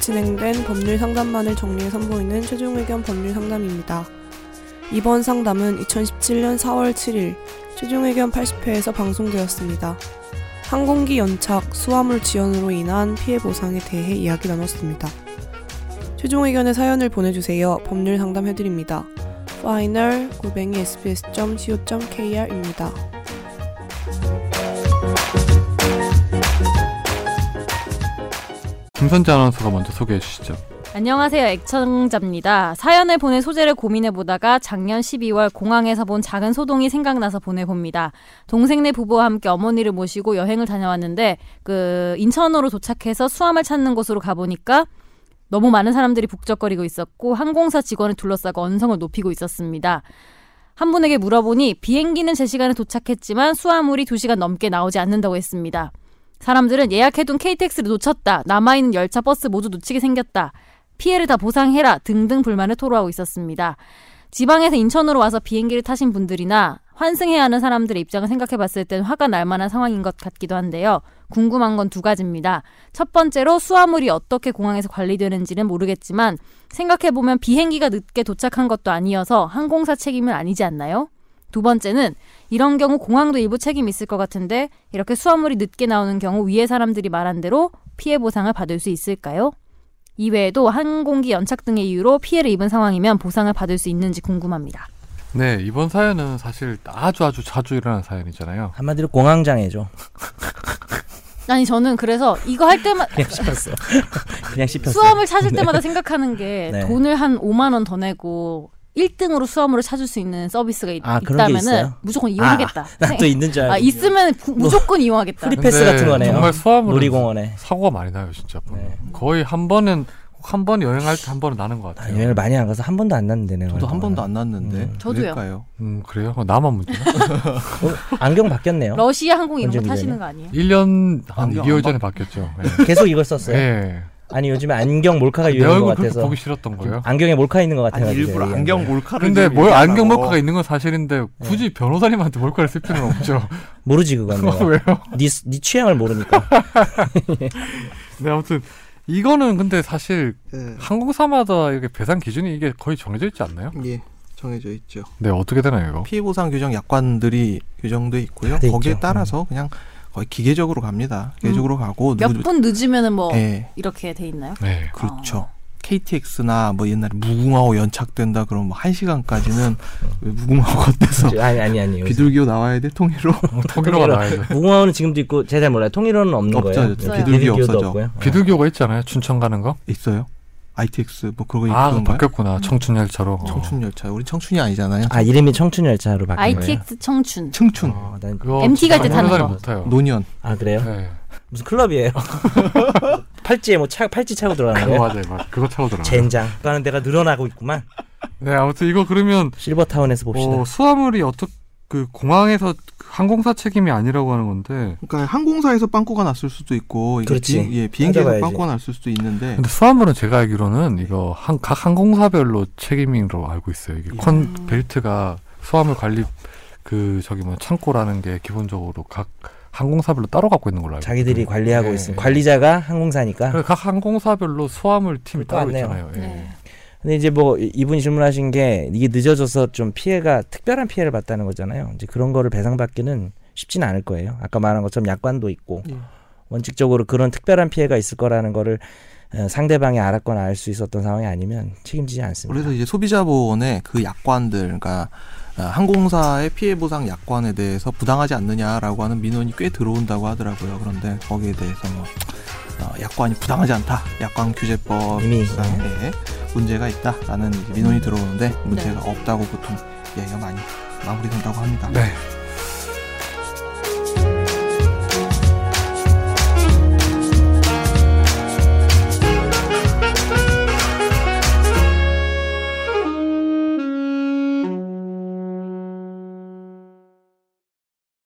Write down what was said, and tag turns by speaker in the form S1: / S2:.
S1: 진행된 법률 상담만을 정리해 선보이는 최종 의견 법률 상담입니다. 이번 상담은 2017년 4월 7일 최종 의견 80회에서 방송되었습니다. 항공기 연착, 수화물 지연으로 인한 피해 보상에 대해 이야기 나눴습니다. 최종 의견의 사연을 보내주세요. 법률 상담해드립니다. final 골뱅이 sbs.co.kr입니다.
S2: 김선재 아나운서가 먼저 소개해 주시죠.
S3: 안녕하세요. 액청자입니다. 사연을 보낼 소재를 고민해보다가 작년 12월 공항에서 본 작은 소동이 생각나서 보내봅니다. 동생네 부부와 함께 어머니를 모시고 여행을 다녀왔는데 그 인천으로 도착해서 수암을 찾는 곳으로 가보니까 너무 많은 사람들이 북적거리고 있었고 항공사 직원을 둘러싸고 언성을 높이고 있었습니다. 한 분에게 물어보니 비행기는 제 시간에 도착했지만 수화물이 2시간 넘게 나오지 않는다고 했습니다. 사람들은 예약해둔 KTX를 놓쳤다. 남아있는 열차 버스 모두 놓치게 생겼다. 피해를 다 보상해라 등등 불만을 토로하고 있었습니다. 지방에서 인천으로 와서 비행기를 타신 분들이나 환승해야 하는 사람들의 입장을 생각해 봤을 땐 화가 날 만한 상황인 것 같기도 한데요. 궁금한 건 두 가지입니다. 첫 번째로 수화물이 어떻게 공항에서 관리되는지는 모르겠지만 생각해보면 비행기가 늦게 도착한 것도 아니어서 항공사 책임은 아니지 않나요? 두 번째는 이런 경우 공항도 일부 책임이 있을 것 같은데 이렇게 수화물이 늦게 나오는 경우 위에 사람들이 말한 대로 피해 보상을 받을 수 있을까요? 이외에도 항공기 연착 등의 이유로 피해를 입은 상황이면 보상을 받을 수 있는지 궁금합니다.
S2: 네, 이번 사연은 사실 아주 아주 자주 일어나는 사연이잖아요.
S4: 한마디로 공황장애죠.
S3: 아니 저는 그래서 이거 할 때마다
S4: 그냥 씹혔어요. 그냥 씹혔어요.
S3: 수험을 찾을 때마다 생각하는 게
S4: 네.
S3: 돈을 한 5만 원 더 내고 1등으로 수험으로 찾을 수 있는 서비스가 있,
S4: 아, 그런 게
S3: 있다면은
S4: 있어요? 아,
S3: 무조건 이용하겠다.
S4: 난또 있는 줄 알고.
S3: 아, 있으면 부- 무조건 이용하겠다.
S4: 프리- 패스
S2: 근데
S4: 같은 거네요.
S2: 정말 수화물은
S4: 놀이공원에.
S2: 사고가 많이 나요, 진짜. 보면.
S4: 네.
S2: 거의 한 번은 꼭 한 번 여행할 때 한 번은 나는 것
S4: 아,
S2: 같아요.
S4: 여행을 많이 안 가서 한 번도 안 났는데 내가.
S5: 저도 한 번도 안 났는데
S4: 음.
S3: 저도요.
S5: 왜일까요?
S2: 음, 그래요? 그럼 나만 문제나?
S4: 오늘 어, 안경 바뀌었네요.
S3: 러시아 항공 이런 거
S4: 언제
S3: 타시는 거 아니에요?
S2: 1년 한
S5: 안경
S2: 2개월
S5: 안
S2: 전에 바뀌었죠. 네.
S4: 계속 이걸 썼어요.
S2: 네.
S4: 아니 요즘에 안경 몰카가
S2: 내
S4: 유행인 것
S2: 얼굴 그렇게
S4: 같아서
S2: 보기 싫었던 거예요?
S4: 안경에 몰카 있는 것 같아요.
S5: 아니 일부러 안경 몰카를
S2: 근데
S5: 좀
S2: 뭘
S5: 얘기하라고.
S2: 안경 몰카가 있는 건
S4: 네.
S2: 사실인데 굳이 변호사님한테 몰카를 쓸 필요는 없죠.
S4: 모르지 그건. 내가.
S2: 왜요?
S4: 네, 스- 네 취향을 모르니까.
S2: 네, 아무튼 이거는 근데 사실
S5: 예.
S2: 항공사마다 이렇게 배상 기준이 이게 거의 정해져 있지 않나요?
S5: 예 정해져 있죠.
S2: 네, 어떻게 되나요, 이거?
S5: 피해 보상 규정 약관들이 규정돼 음. 있고요.
S4: 돼
S5: 거기에
S4: 있죠.
S5: 따라서 그냥 거의 기계적으로 갑니다. 기계적으로 가고
S3: 몇 분 늦으면은 뭐
S5: 예
S3: 이렇게 돼 있나요?
S2: 네.
S5: 그렇죠. KTX나 뭐 옛날에 무궁화호 연착된다 그러면 뭐한 시간까지는 왜 무궁화호 건너서
S4: 아니 아니 아니. 요즘.
S5: 비둘기호 나와야 돼 통일호
S2: 통일호가
S4: 네.
S2: 나와야죠.
S4: 무궁화호는 지금도 있고 제가 잘 몰라요. 통일호는 없는 거예요.
S5: 없어졌죠.
S3: 없어요.
S5: 비둘기
S4: 비둘기호도
S5: 없어져
S4: 없고요.
S2: 비둘기호가 있잖아요. 춘천 가는 거.
S5: 있어요. ITX 뭐 그런 거
S2: 아,
S5: 있던가요?
S2: 바뀌었구나. 청춘 열차로. 어.
S5: 청춘 열차 우리 청춘이 아니잖아요. 아.
S4: 아 이름이 청춘 열차로 바뀐 거예요.
S3: ITX 청춘.
S5: 청춘
S2: 어,
S4: 난-
S2: 그거
S3: MT 갈
S2: 진짜
S3: 때 타는
S2: 변호사님
S3: 거.
S2: 못 타요.
S5: 노년
S4: 아 그래요?
S2: 네.
S4: 무슨 클럽이에요? 팔찌에 뭐 차, 팔찌 차고 들어가는
S2: 그거
S4: 거예요?
S2: 맞아요. 맞- 그거 차고 들어가.
S4: 젠장. 가는 데가 늘어나고 있구만.
S2: 네, 아무튼 이거 그러면
S4: 실버타운에서 봅시다.
S2: 어, 수화물이 어떻게 그 공항에서 그 항공사 책임이 아니라고 하는 건데.
S5: 그러니까 항공사에서 빵꾸가 났을 수도 있고 이게
S4: 그렇지.
S5: 비행- 예, 비행기에서
S4: 찾아봐야지.
S5: 빵꾸가 났을 수도 있는데
S2: 예. 근데 수화물은 제가 알기로는 이거 한, 각 항공사별로 책임으로 알고 있어요. 이게
S5: 예.
S2: 컨 벨트가 수화물 관리 그 저기 뭐 창고라는 게 기본적으로 각 항공사별로 따로 갖고 있는 걸로 알고.
S4: 자기들이
S2: 있거든요.
S4: 관리하고
S2: 예,
S4: 있으니
S2: 예.
S4: 관리자가 항공사니까.
S2: 그래서 각 항공사별로 수화물 팀이
S4: 그거
S2: 따로
S4: 같네요.
S2: 있잖아요. 예.
S3: 네.
S4: 근데 이제 뭐 이- 이분이 질문하신 게 이게 늦어져서 좀 피해가 특별한 피해를 봤다는 거잖아요. 이제 그런 거를 배상받기는 쉽지는 않을 거예요. 아까 말한 것처럼 약관도 있고
S2: 네.
S5: 예.
S4: 원칙적으로 그런 특별한 피해가 있을 거라는 거를 어, 상대방이 알았거나 알 수 있었던 상황이 아니면 책임지지 않습니다.
S5: 그래서 이제 소비자 보호원의 그 약관들 그러니까 어, 항공사의 피해 보상 약관에 대해서 부당하지 않느냐라고 하는 민원이 꽤 들어온다고 하더라고요. 그런데 거기에 대해서 뭐 어, 약관이 부당하지 않다. 약관 규제법
S4: 이미
S5: 에 문제가 있다라는 이제 민원이 들어오는데 문제가 없다고 보통 얘기가 많이 예, 마무리된다고 합니다.
S2: 네.